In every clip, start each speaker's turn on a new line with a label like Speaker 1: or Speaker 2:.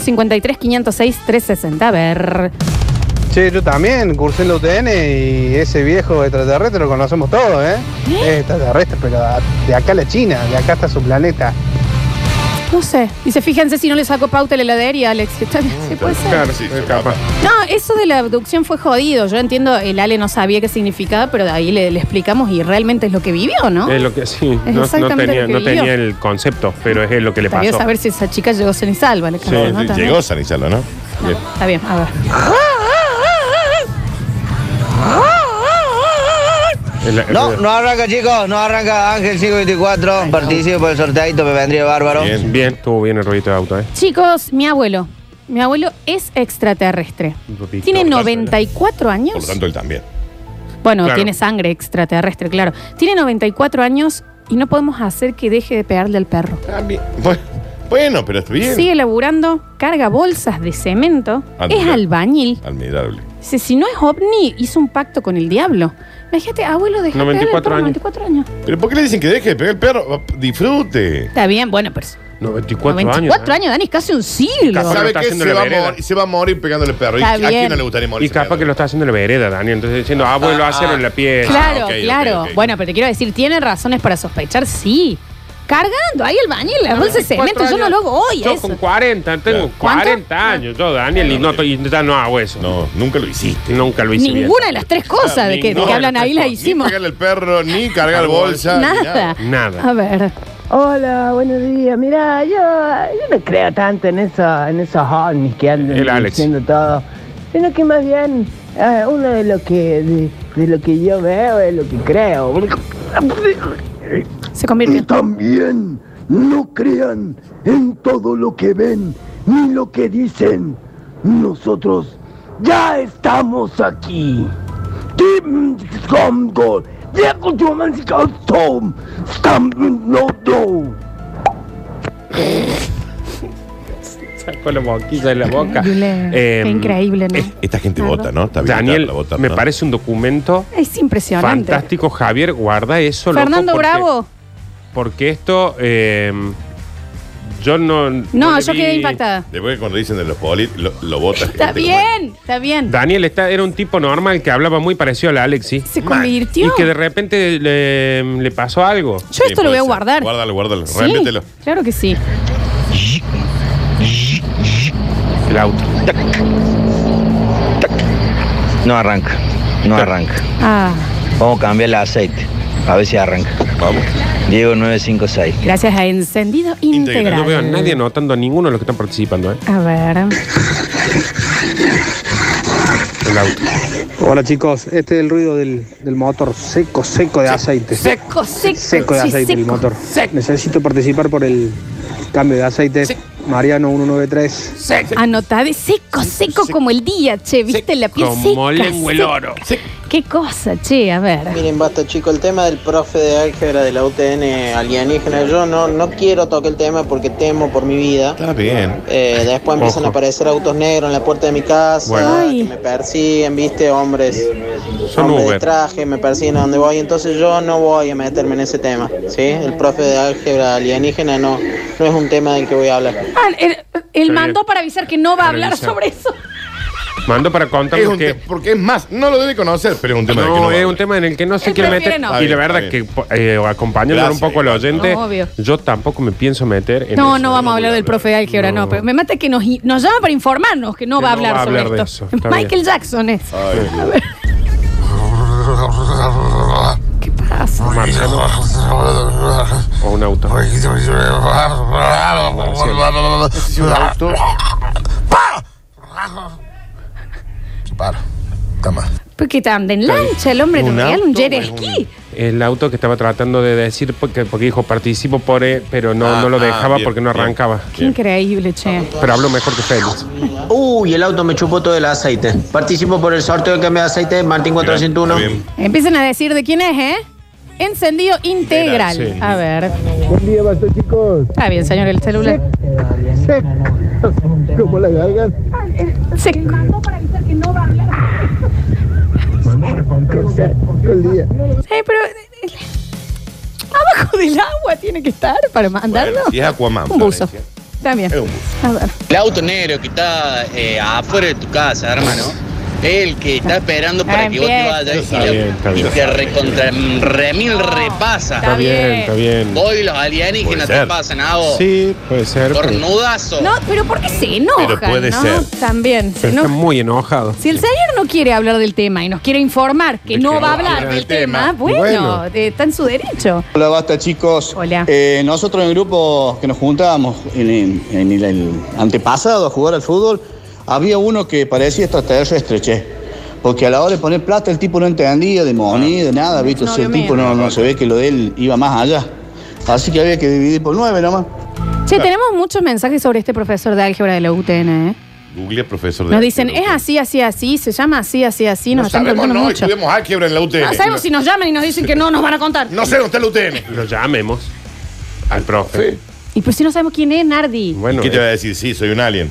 Speaker 1: 153 506 360. A ver.
Speaker 2: Che, yo también cursé en la UTN y ese viejo extraterrestre lo conocemos todos, ¿eh? Es extraterrestre, pero a- de acá a la China, de acá hasta su planeta.
Speaker 1: No sé. Dice, fíjense si no le saco pauta a la heladería, Alex. Está bien, sí, puede ser.
Speaker 3: Mm, Claro, sí,
Speaker 4: Es
Speaker 3: se
Speaker 4: capaz.
Speaker 3: va.
Speaker 1: No, eso de la abducción fue jodido. Yo entiendo, el Ale no sabía qué significaba, pero de ahí le, le explicamos y realmente es lo que vivió, ¿no?
Speaker 4: Es lo que sí, no- no,
Speaker 1: Ah. exactamente
Speaker 4: tenía,
Speaker 1: lo que
Speaker 4: no
Speaker 1: vivió.
Speaker 4: tenía el concepto, pero es lo que le
Speaker 1: Estaría
Speaker 4: pasó.
Speaker 1: a saber si esa chica llegó sin salva, Alex.
Speaker 3: Sí,
Speaker 1: ¿no?
Speaker 3: sí,
Speaker 1: También.
Speaker 3: llegó Sanizalo, ¿no? Bien.
Speaker 1: Está bien, a ver.
Speaker 4: El- el-
Speaker 5: No, no arranca, chicos. No arranca Ángel 524. Participo por el sorteadito, me vendría bárbaro.
Speaker 3: Bien.
Speaker 4: Bien, estuvo bien el ruido de auto, ¿eh?
Speaker 1: Chicos, mi abuelo. Mi abuelo es extraterrestre.
Speaker 4: Víctor,
Speaker 1: Tiene
Speaker 4: gracias,
Speaker 1: 94 años.
Speaker 3: Por lo tanto, él también.
Speaker 1: Bueno,
Speaker 4: Claro.
Speaker 1: tiene sangre extraterrestre, claro. Tiene 94 años y no podemos hacer que deje de pegarle al perro.
Speaker 3: También. Bueno, bueno, pero está bien.
Speaker 1: Sigue laburando, carga bolsas de cemento,
Speaker 3: Ah,
Speaker 1: es
Speaker 3: mira.
Speaker 1: albañil.
Speaker 3: Admirable.
Speaker 1: Dice, si no es ovni, hizo un pacto con el diablo. Imagínate, abuelo, deja de pegarle al
Speaker 4: 94
Speaker 1: perro,
Speaker 4: años.
Speaker 1: 94 años.
Speaker 3: ¿Pero por qué le dicen que deje de pegar el perro? Disfrute.
Speaker 1: Está bien, bueno, pero...
Speaker 4: 94 años.
Speaker 1: 94
Speaker 4: ¿eh?
Speaker 1: años, Dani, es casi un siglo.
Speaker 4: Capaz
Speaker 3: ¿Sabe
Speaker 4: está
Speaker 3: que
Speaker 4: haciendo
Speaker 3: se
Speaker 4: la
Speaker 3: va, a
Speaker 4: vereda.
Speaker 3: morir, se va a morir pegándole al perro? ¿Y
Speaker 1: Está
Speaker 3: a
Speaker 1: bien.
Speaker 3: quién no le gustaría morir?
Speaker 4: Y capaz que lo está haciendo en la vereda, Daniel. Entonces diciendo, abuelo, hacerlo en la pieza.
Speaker 1: Claro,
Speaker 3: Ah, ok, ok,
Speaker 1: claro.
Speaker 3: ok.
Speaker 1: Bueno, pero te quiero decir, tiene razones para sospechar, sí. Cargando ahí el bañil, la bolsa de cemento, yo no lo hago hoy.
Speaker 4: Yo
Speaker 1: eso.
Speaker 4: con 40, tengo
Speaker 3: Claro.
Speaker 1: ¿Cuánto?
Speaker 4: 40 años, yo, Daniel, y no, estoy- y ya no hago eso.
Speaker 3: No, nunca lo hiciste.
Speaker 4: Nunca lo hice. bien.
Speaker 1: Ninguna de las tres cosas de que, de que
Speaker 3: Ninguna
Speaker 1: hablan
Speaker 4: de las
Speaker 1: ahí
Speaker 4: tres
Speaker 1: la
Speaker 4: cosas.
Speaker 3: Ni
Speaker 1: hicimos.
Speaker 3: pegarle al perro, ni cargar bolsa. ni
Speaker 1: Nada.
Speaker 4: Nada.
Speaker 1: A ver.
Speaker 6: Hola, buenos días. Mira, yo, yo no creo tanto en, eso, en esos ovnis que andan
Speaker 4: El Alex.
Speaker 6: diciendo todo, sino que más bien eh, uno de lo que de, de lo que yo veo es lo que creo.
Speaker 1: Se convirtió.
Speaker 7: También no crean en todo lo que ven ni lo que dicen. Nosotros ya estamos aquí. Tim Scomgo, Diego Jomansika, Tom, Stam, no, no.
Speaker 4: Sacó la boquilla de la boca.
Speaker 1: Increíble.
Speaker 4: Eh,
Speaker 1: Qué increíble, ¿no?
Speaker 4: eh,
Speaker 3: Esta gente
Speaker 1: Claro.
Speaker 3: vota, ¿no? Está bien,
Speaker 4: Daniel,
Speaker 3: la votan,
Speaker 4: me
Speaker 3: ¿no?
Speaker 4: parece un documento
Speaker 1: Es impresionante.
Speaker 4: fantástico. Javier, guarda eso. loco,
Speaker 1: Fernando
Speaker 4: porque-
Speaker 1: Bravo.
Speaker 4: Porque esto, eh, yo no...
Speaker 1: No,
Speaker 4: le
Speaker 1: yo
Speaker 4: vi-
Speaker 1: quedé impactada.
Speaker 3: Después que cuando dicen de los polis, lo, lo vota.
Speaker 1: Está
Speaker 3: gente, como-
Speaker 1: bien, está bien.
Speaker 4: Daniel está, era un tipo normal que hablaba muy parecido al Alex, ¿sí?
Speaker 1: Se
Speaker 3: mal.
Speaker 1: convirtió.
Speaker 4: Y que de repente le, le pasó algo.
Speaker 1: Yo
Speaker 3: Sí,
Speaker 1: esto lo
Speaker 3: puede
Speaker 1: voy a
Speaker 3: ser.
Speaker 1: guardar.
Speaker 3: Guárdalo, guárdalo.
Speaker 1: Sí,
Speaker 3: Realmente lo.
Speaker 1: Claro que sí.
Speaker 4: El auto.
Speaker 5: No arranca. No arranca.
Speaker 1: Ah,
Speaker 5: Vamos a cambiar el aceite. A ver si arranca.
Speaker 3: Vamos.
Speaker 5: Diego 956.
Speaker 1: gracias a Encendido
Speaker 3: Integral.
Speaker 1: Integral.
Speaker 4: No veo a nadie anotando a ninguno de los que están participando, ¿eh?
Speaker 1: A ver.
Speaker 4: El auto.
Speaker 2: Hola chicos, este es el ruido del, del motor seco, seco de aceite.
Speaker 1: Seco, seco.
Speaker 2: Seco de
Speaker 1: sí,
Speaker 2: aceite el
Speaker 1: seco.
Speaker 2: motor.
Speaker 4: Seco.
Speaker 2: Necesito participar por el cambio de aceite. Mariano 193.
Speaker 1: Anotá de seco, seco como el día, che. Ah, ¿Viste la piel
Speaker 4: Como
Speaker 1: seca?
Speaker 4: lengua el
Speaker 1: seca.
Speaker 4: oro.
Speaker 1: Qué cosa, che, a ver.
Speaker 8: Miren, basta chico, el tema del profe de álgebra de la UTN alienígena, yo no, no quiero tocar el tema porque temo por mi vida.
Speaker 3: Está bien.
Speaker 8: Eh, después empiezan
Speaker 4: Ojo.
Speaker 8: a aparecer autos negros en la puerta de mi casa,
Speaker 4: Bueno.
Speaker 1: Ay.
Speaker 8: que me persiguen, viste, hombres,
Speaker 4: Son
Speaker 8: hombres
Speaker 4: Uber.
Speaker 8: de traje, me persiguen a donde voy, entonces yo no voy a meterme en ese tema, ¿sí? El profe de álgebra alienígena no, no es un tema del que voy a hablar.
Speaker 1: Ah, él, él
Speaker 4: bien.
Speaker 1: mandó para avisar que no va a
Speaker 4: Para
Speaker 1: hablar
Speaker 4: avisar.
Speaker 1: sobre eso.
Speaker 4: Mando para contar
Speaker 3: Es un
Speaker 4: que...
Speaker 3: te- porque es más, no lo debe conocer, pero es un tema de que
Speaker 4: No,
Speaker 3: no
Speaker 4: es
Speaker 3: va.
Speaker 4: un tema en el que no se
Speaker 1: Él
Speaker 4: quiere meter.
Speaker 1: prefiere no.
Speaker 3: Está
Speaker 4: Y la
Speaker 3: bien,
Speaker 4: verdad que
Speaker 3: está
Speaker 4: eh, acompañándolo
Speaker 3: Gracias,
Speaker 4: un poco al
Speaker 3: igual.
Speaker 4: oyente,
Speaker 1: No, obvio.
Speaker 4: yo tampoco me pienso meter en
Speaker 1: No,
Speaker 4: eso.
Speaker 1: no vamos a hablar del profe de álgebra, no. pero me mata que nos, nos llama para informarnos que no
Speaker 4: Que
Speaker 1: va a
Speaker 4: no
Speaker 1: hablar
Speaker 4: va a
Speaker 1: sobre
Speaker 4: hablar de
Speaker 1: esto.
Speaker 4: eso, está
Speaker 1: Michael
Speaker 4: bien.
Speaker 1: Jackson es.
Speaker 3: Ay, Dios.
Speaker 1: ¿Qué pasa?
Speaker 4: Marciano o un auto.
Speaker 3: No sé si un auto.
Speaker 7: Para, toma.
Speaker 1: Porque está en lancha el hombre,
Speaker 4: Un
Speaker 1: en realidad, un
Speaker 4: auto,
Speaker 1: jet
Speaker 4: es
Speaker 1: ski.
Speaker 4: El auto que estaba tratando de decir, porque, porque dijo, participo por, eh", pero no,
Speaker 3: Ah,
Speaker 4: no lo
Speaker 3: ah,
Speaker 4: dejaba
Speaker 3: bien,
Speaker 4: porque no
Speaker 3: bien.
Speaker 4: arrancaba.
Speaker 1: Qué increíble, che.
Speaker 4: Pero hablo mejor que Félix.
Speaker 8: Uy, el auto me chupó todo el aceite. Participo por el sorteo de cambio de aceite, Martín
Speaker 3: Está bien.
Speaker 1: Empiecen a decir de quién es, ¿eh? Encendido integral.
Speaker 4: Integral, sí.
Speaker 1: A ver.
Speaker 7: Buen día, basta, chicos.
Speaker 1: Está bien, señor, el celular.
Speaker 7: ¿Cómo la cargan?
Speaker 1: Se-
Speaker 7: el día.
Speaker 1: Eh, pero. Abajo del agua tiene que estar para mandarlo.
Speaker 3: Bueno, si es Aquaman.
Speaker 1: Ah, Un buzo.
Speaker 3: Ah, Florencia.
Speaker 1: Está está bien.
Speaker 3: Es un bus.
Speaker 1: A ver.
Speaker 9: El auto negro que está eh, afuera de tu casa, hermano. El que está esperando para que vos te
Speaker 1: Ah, Empieza.
Speaker 9: vayas y,
Speaker 4: Está
Speaker 9: lo-
Speaker 4: bien, está
Speaker 9: y
Speaker 4: bien.
Speaker 9: te recontra remil
Speaker 4: Está
Speaker 9: repasa.
Speaker 1: Está
Speaker 4: bien,
Speaker 1: bien.
Speaker 4: está bien.
Speaker 9: Hoy los
Speaker 3: Puede
Speaker 9: alienígenas te
Speaker 3: ser.
Speaker 9: pasan a vos.
Speaker 4: Sí, puede ser. pero-
Speaker 9: Cornudazo.
Speaker 1: No, pero ¿por qué se enojan?
Speaker 3: Pero puede
Speaker 1: no?
Speaker 3: ser.
Speaker 1: También se
Speaker 4: pero está
Speaker 1: enojan.
Speaker 4: muy enojado.
Speaker 1: Si el señor no quiere hablar del tema y nos quiere informar que
Speaker 4: De
Speaker 1: no
Speaker 4: que
Speaker 1: va a
Speaker 4: no
Speaker 1: hablar
Speaker 4: habla
Speaker 1: del
Speaker 4: del
Speaker 1: tema,
Speaker 4: tema,
Speaker 1: bueno,
Speaker 4: bueno.
Speaker 1: eh, está en su derecho.
Speaker 10: Hola, basta chicos.
Speaker 1: Hola.
Speaker 10: Eh, nosotros en el grupo que nos juntábamos en, en- en el, el antepasado a jugar al fútbol, había uno que parecía extraterrestre, che. Porque a la hora de poner plata el tipo no entendía de moneda, nada, ¿viste? O sea, el
Speaker 1: Novio
Speaker 10: tipo
Speaker 1: mío.
Speaker 10: no, no se ve que lo de él iba más allá. Así que había que dividir por nueve nomás.
Speaker 1: Che, tenemos muchos mensajes sobre este profesor de álgebra de la UTN, ¿eh?
Speaker 3: Google profesor de.
Speaker 1: Nos dicen, es
Speaker 3: álgebra.
Speaker 1: así, así, así, se llama así, así, así, nos
Speaker 3: No
Speaker 1: están
Speaker 3: sabemos,
Speaker 1: preguntando
Speaker 3: no,
Speaker 1: mucho.
Speaker 3: estudiamos álgebra en la UTN.
Speaker 1: No sabemos si nos llaman y nos dicen que no nos van a contar.
Speaker 3: No sé dónde está la UTN.
Speaker 4: Lo llamemos al profe.
Speaker 1: Y pues si no sabemos quién es Nardi.
Speaker 4: Bueno,
Speaker 3: ¿Qué te
Speaker 4: eh,
Speaker 3: va a decir? Sí, soy un alien.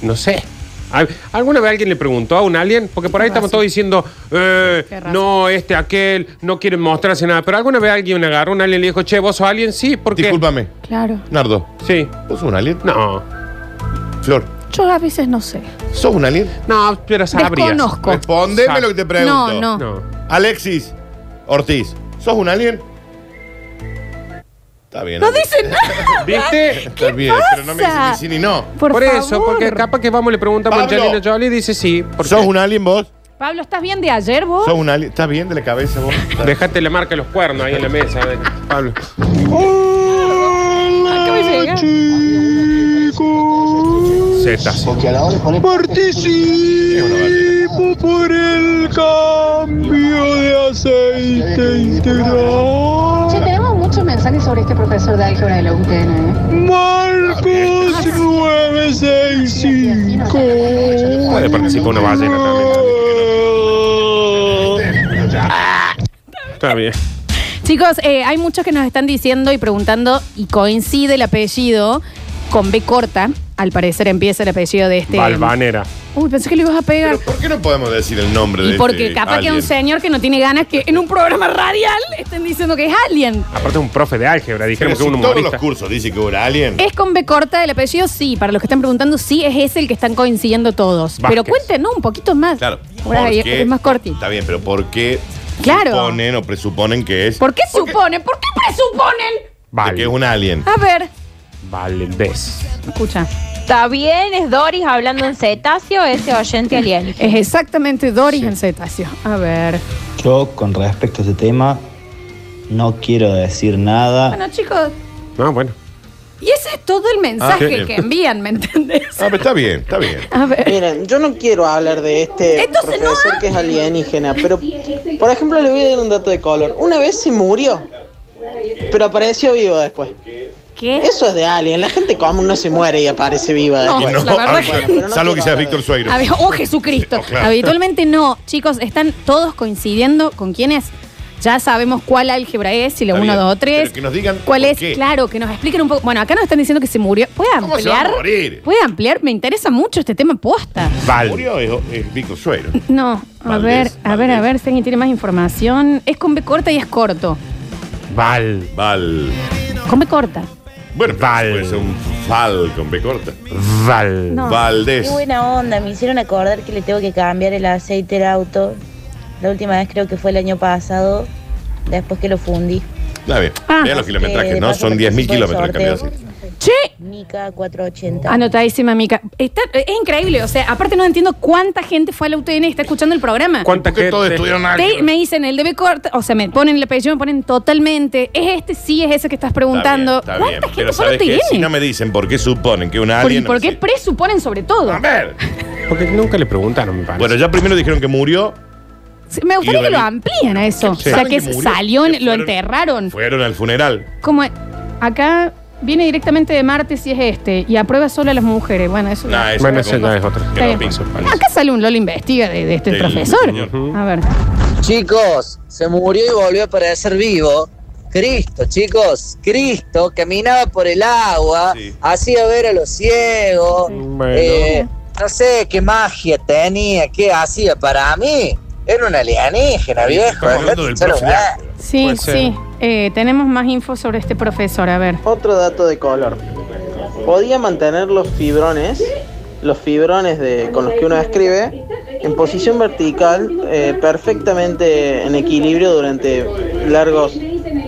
Speaker 4: no sé. Al- ¿Alguna vez alguien le preguntó a un alien? Porque por
Speaker 1: Qué
Speaker 4: ahí
Speaker 1: razón.
Speaker 4: estamos todos diciendo, eh,
Speaker 1: Qué razón.
Speaker 4: no, este, aquel, no quieren mostrarse nada. Pero alguna vez alguien agarró a un alien y le dijo, che, vos sos alien, sí, porque.
Speaker 3: Discúlpame,
Speaker 1: Claro.
Speaker 3: Nardo.
Speaker 4: Sí.
Speaker 3: ¿Vos sos un alien?
Speaker 4: No,
Speaker 3: Flor,
Speaker 1: Yo a veces no sé.
Speaker 3: ¿sos un alien?
Speaker 4: no, pero sabrías.
Speaker 1: Desconozco.
Speaker 3: Respondeme lo que te pregunto.
Speaker 1: No, no.
Speaker 4: No.
Speaker 3: Alexis Ortiz, ¿sos un alien? Está bien.
Speaker 1: No
Speaker 3: Alexis.
Speaker 1: dicen nada.
Speaker 4: ¿Viste?
Speaker 3: Está bien, pero no me dicen ni sí ni no.
Speaker 1: Por,
Speaker 4: Por, eso,
Speaker 1: favor.
Speaker 4: porque capaz que vamos y le preguntamos a
Speaker 3: Pablo.
Speaker 4: Angelina Jolie y dice sí. Porque
Speaker 3: ¿Sos un alien vos?
Speaker 1: Pablo, ¿estás bien de ayer vos?
Speaker 3: ¿Sos un alien? ¿Estás bien de la cabeza vos?
Speaker 4: Dejate la marca de los cuernos ahí en la mesa, eh, Pablo.
Speaker 1: Acabo de llegar.
Speaker 4: Zetas.
Speaker 10: Porque a la hora de poner
Speaker 3: Es una ballena.
Speaker 7: por el cambio de aceite integral.
Speaker 1: Che, tenemos muchos mensajes sobre este profesor de álgebra de la UTN, ¿eh?
Speaker 7: Marcos 965.
Speaker 4: Puede participar una ballena también. Está bien.
Speaker 1: Chicos, eh, hay muchos que nos están diciendo y preguntando, y coincide el apellido con B corta. Al parecer empieza el apellido de este.
Speaker 4: Balvanera.
Speaker 1: Uy, pensé que lo ibas a pegar.
Speaker 3: Pero ¿por qué no podemos decir el nombre de
Speaker 1: Y porque
Speaker 3: este
Speaker 1: capaz que
Speaker 3: alien?
Speaker 1: un señor que no tiene ganas que en un programa radial estén diciendo que es alien.
Speaker 4: Aparte es un profe de álgebra,
Speaker 3: Pero
Speaker 4: dijeron que
Speaker 3: si
Speaker 4: es un
Speaker 3: todos los
Speaker 4: humorista.
Speaker 3: cursos dicen que hubo un alien.
Speaker 1: ¿Es con B corta el apellido? Sí. Para los que están preguntando, sí, es ese el que están coincidiendo todos.
Speaker 4: Vázquez.
Speaker 1: Pero cuéntenos un poquito más.
Speaker 3: Claro.
Speaker 1: Por ahí,
Speaker 3: ¿Por qué?
Speaker 1: es más cortito.
Speaker 3: Está bien, pero ¿por qué
Speaker 1: Claro.
Speaker 3: suponen o presuponen que es?
Speaker 1: ¿Por qué suponen? ¿Por qué presuponen?
Speaker 3: de que es
Speaker 4: Vale.
Speaker 3: un alien.
Speaker 1: A ver,
Speaker 4: Valdés.
Speaker 1: escucha.
Speaker 11: Está bien, es Doris hablando en cetáceo, ese oyente alien.
Speaker 1: Es exactamente Doris en cetáceo. A ver.
Speaker 5: Yo, con respecto a este tema, no quiero decir nada.
Speaker 1: Bueno, chicos,
Speaker 4: No, Ah, bueno.
Speaker 1: y ese es todo el mensaje
Speaker 3: Ah, sí.
Speaker 1: que envían, ¿me entendés?
Speaker 3: Ah, pero está bien, está bien.
Speaker 1: A ver.
Speaker 8: Miren, yo no quiero hablar de este
Speaker 1: Esto se
Speaker 8: profesor
Speaker 1: enoja.
Speaker 8: que es alienígena, pero por ejemplo le voy a dar un dato de color. Una vez se murió, pero apareció vivo después.
Speaker 1: ¿Eh? ¿Qué?
Speaker 8: Eso es de alien, la gente común no se muere y aparece viva.
Speaker 1: No,
Speaker 8: después.
Speaker 1: la verdad
Speaker 3: ah,
Speaker 1: que-
Speaker 3: bueno,
Speaker 8: Bueno, no
Speaker 3: salvo que
Speaker 8: quiero
Speaker 3: seas
Speaker 8: hablar de-
Speaker 3: Víctor Sueiro.
Speaker 1: A ver, oh Jesucristo.
Speaker 3: No, claro.
Speaker 1: Habitualmente no. Chicos, están todos coincidiendo con quién es. Ya sabemos cuál álgebra es, si la
Speaker 3: Está
Speaker 1: 1,
Speaker 3: bien,
Speaker 1: 2, 3.
Speaker 3: pero que nos digan
Speaker 1: ¿Cuál
Speaker 3: por
Speaker 1: es?
Speaker 3: qué.
Speaker 1: Claro, que nos expliquen un poco. Bueno, acá nos están diciendo que se murió. ¿Puede ampliar?
Speaker 3: ¿Cómo se va a morir?
Speaker 1: ¿Puede ampliar? Me interesa mucho este tema posta.
Speaker 4: Val.
Speaker 3: Murió es, es Víctor Sueiro.
Speaker 1: No, a
Speaker 3: Valdés,
Speaker 1: ver, a ver, a
Speaker 3: Valdés.
Speaker 1: ver si alguien tiene más información. Es con B corta y es corto.
Speaker 4: Val.
Speaker 3: Val.
Speaker 1: Con B corta.
Speaker 3: Bueno, pero
Speaker 4: Val.
Speaker 3: puede ser un Val con B corta. Eh,
Speaker 4: Val.
Speaker 11: No.
Speaker 3: Valdés.
Speaker 11: Qué buena onda, me hicieron acordar que le tengo que cambiar el aceite al auto. La última vez creo que fue el año pasado, después que lo fundí.
Speaker 3: Está bien.
Speaker 1: Ah.
Speaker 3: Vean los kilometrajes,
Speaker 11: Eh,
Speaker 3: ¿no?
Speaker 11: paso
Speaker 3: Son 10.000
Speaker 11: participo del
Speaker 3: kilómetros de
Speaker 11: sorteo.
Speaker 3: cambiar así.
Speaker 1: Che,
Speaker 11: Mica 480.
Speaker 12: Ah,
Speaker 1: Anotadísima, Mica. Está- es increíble, o sea, aparte no entiendo cuánta gente fue a la UTN y está escuchando el programa.
Speaker 4: ¿Cuánta
Speaker 3: Porque
Speaker 4: gente?
Speaker 3: todos estudiaron
Speaker 1: Te-
Speaker 3: algo.
Speaker 1: me dicen el DB corta, o sea, me ponen el apellido, me ponen totalmente. Es este, sí, es ese que estás preguntando.
Speaker 3: Está bien,
Speaker 1: ¿Cuánta
Speaker 3: está bien. Pero
Speaker 1: gente fue a la
Speaker 3: ¿sabes
Speaker 1: UTN?
Speaker 3: qué? Si no me dicen por qué suponen que un
Speaker 1: Por-
Speaker 3: alien...
Speaker 1: ¿Por
Speaker 3: no
Speaker 1: qué
Speaker 3: sé.
Speaker 1: presuponen sobre todo?
Speaker 3: A ver.
Speaker 4: Porque nunca le preguntaron, me parece.
Speaker 3: Bueno, ya primero dijeron que murió.
Speaker 1: Sí, Me gustaría
Speaker 3: Y
Speaker 1: que lo
Speaker 3: revi-
Speaker 1: amplíen a eso.
Speaker 3: Sí.
Speaker 1: O sea,
Speaker 3: ¿Saben
Speaker 1: que
Speaker 3: que murió?
Speaker 1: salió,
Speaker 3: Que
Speaker 1: lo
Speaker 3: fueron-
Speaker 1: enterraron.
Speaker 3: Fueron al funeral.
Speaker 1: Como acá viene directamente de Marte si es este, y aprueba solo a las mujeres. Bueno, eso.
Speaker 3: Nah, eso
Speaker 4: Bueno,
Speaker 3: no
Speaker 4: esa ya es otra.
Speaker 3: Que
Speaker 1: Está
Speaker 3: no
Speaker 1: bien.
Speaker 3: pienso, parece.
Speaker 1: acá sale un Lolo investiga de, de este
Speaker 3: Del
Speaker 1: profesor.
Speaker 3: señor.
Speaker 1: A ver.
Speaker 5: Chicos, se murió y volvió a aparecer vivo. Cristo, chicos, Cristo caminaba por el agua,
Speaker 3: Sí.
Speaker 5: hacía ver a los ciegos.
Speaker 4: Bueno.
Speaker 5: eh, no sé qué magia tenía, qué hacía para mí. Era un alienígena, viejo.
Speaker 3: Estamos hablando del
Speaker 5: dejate de
Speaker 3: profe de
Speaker 5: joder.
Speaker 3: arte.
Speaker 1: Sí,
Speaker 4: Puede ser.
Speaker 1: sí. Eh, tenemos más info sobre este profesor. A ver.
Speaker 8: Otro dato de color. podía mantener los fibrones, los fibrones de, con los que uno escribe, en posición vertical, eh, perfectamente en equilibrio durante largos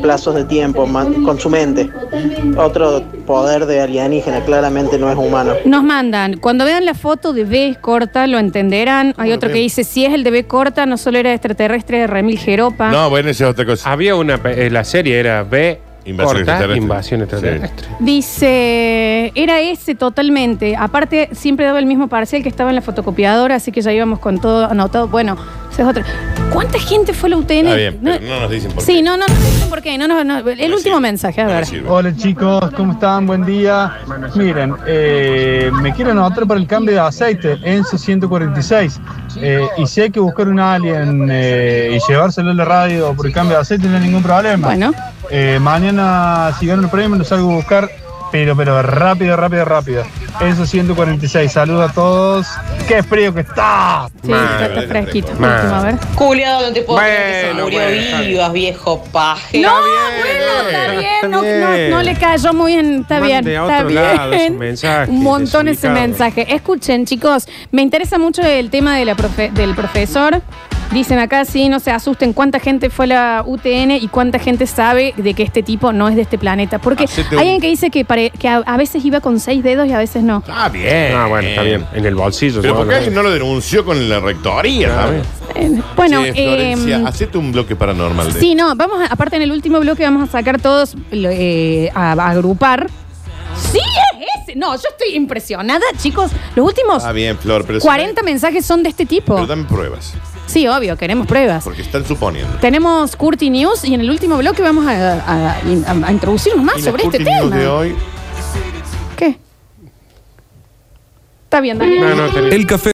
Speaker 8: plazos de tiempo man- con su mente. Otro poder de alienígena, claramente no es humano.
Speaker 1: Nos mandan, cuando vean la foto de B corta, lo entenderán. Hay otro que dice, si es el de B corta, no solo era extraterrestre, Remil Jeropa.
Speaker 3: No, bueno, esa es otra cosa.
Speaker 1: Ah,
Speaker 4: Había una, pe- eh, la serie era B,
Speaker 3: Invasión
Speaker 4: corta,
Speaker 3: extraterrestre.
Speaker 4: invasión extraterrestre.
Speaker 1: Dice, era ese totalmente. Aparte, siempre daba el mismo parcial que estaba en la fotocopiadora, así que ya íbamos con todo anotado. Bueno, esa es otra. ¿Cuánta gente fue la UTN?
Speaker 3: Está bien,
Speaker 1: No-
Speaker 3: pero no nos dicen por qué.
Speaker 1: sí, no, no, no sé por qué. No, no, no. El último mensaje, a ver.
Speaker 13: Hola chicos, ¿cómo están? Buen día. Miren, eh, me quiero anotar para el cambio de aceite, Enzo 146. Eh, y si hay que buscar un alien eh, y llevárselo a la radio por el cambio de aceite, no hay ningún problema. Eh,
Speaker 1: Bueno.
Speaker 13: mañana, si gano el premio, los salgo a buscar, pero, pero rápido, rápido, rápido. Enzo 146, saludos a todos. ¡Qué frío que está!
Speaker 1: Sí, está, está fresquito. Último, a ver.
Speaker 12: Culiado, no te puedo creer que se
Speaker 13: Bueno,
Speaker 12: murió
Speaker 13: bueno, está
Speaker 12: vivas, viejo paje.
Speaker 1: No, bueno, está bien. No, no- no le cayó muy bien. Está
Speaker 4: Mande
Speaker 1: bien.
Speaker 4: a
Speaker 1: está
Speaker 4: otro
Speaker 1: bien.
Speaker 4: lado ese mensaje,
Speaker 1: Un montón ese
Speaker 4: desubicado.
Speaker 1: mensaje. Escuchen, chicos, me interesa mucho el tema de la profe- del profesor. Dicen acá, sí, no se asusten cuánta gente fue a la UTN y cuánta gente sabe de que este tipo no es de este planeta. Porque
Speaker 4: Hacete
Speaker 1: hay
Speaker 4: un-
Speaker 1: alguien que dice que, pare- que a, a veces iba con seis dedos y a veces no.
Speaker 3: Ah, bien.
Speaker 4: Ah, bueno, está bien. En el bolsillo.
Speaker 3: Pero
Speaker 4: ¿no?
Speaker 3: porque alguien no lo denunció con la rectoría, ¿sabes?
Speaker 1: Bueno,
Speaker 3: Che, Florencia,
Speaker 1: em,
Speaker 3: hacete un bloque paranormal de.
Speaker 1: Sí, no, vamos a, aparte en el último bloque vamos a sacar todos, lo- eh, a, a agrupar. Sí, es ese. No, yo estoy impresionada, chicos. Los últimos
Speaker 3: Ah, bien, Flor, pero.
Speaker 1: 40 mensajes son de este tipo.
Speaker 3: Pero dame pruebas.
Speaker 1: Sí, obvio, queremos pruebas.
Speaker 3: Porque están suponiendo.
Speaker 1: Tenemos Curti News y en el último bloque vamos a, a- a- a introducirnos más
Speaker 3: Y las
Speaker 1: sobre este
Speaker 3: Curti News
Speaker 1: tema.
Speaker 3: de hoy
Speaker 1: ¿Qué? Está bien, Daniel.
Speaker 14: El café.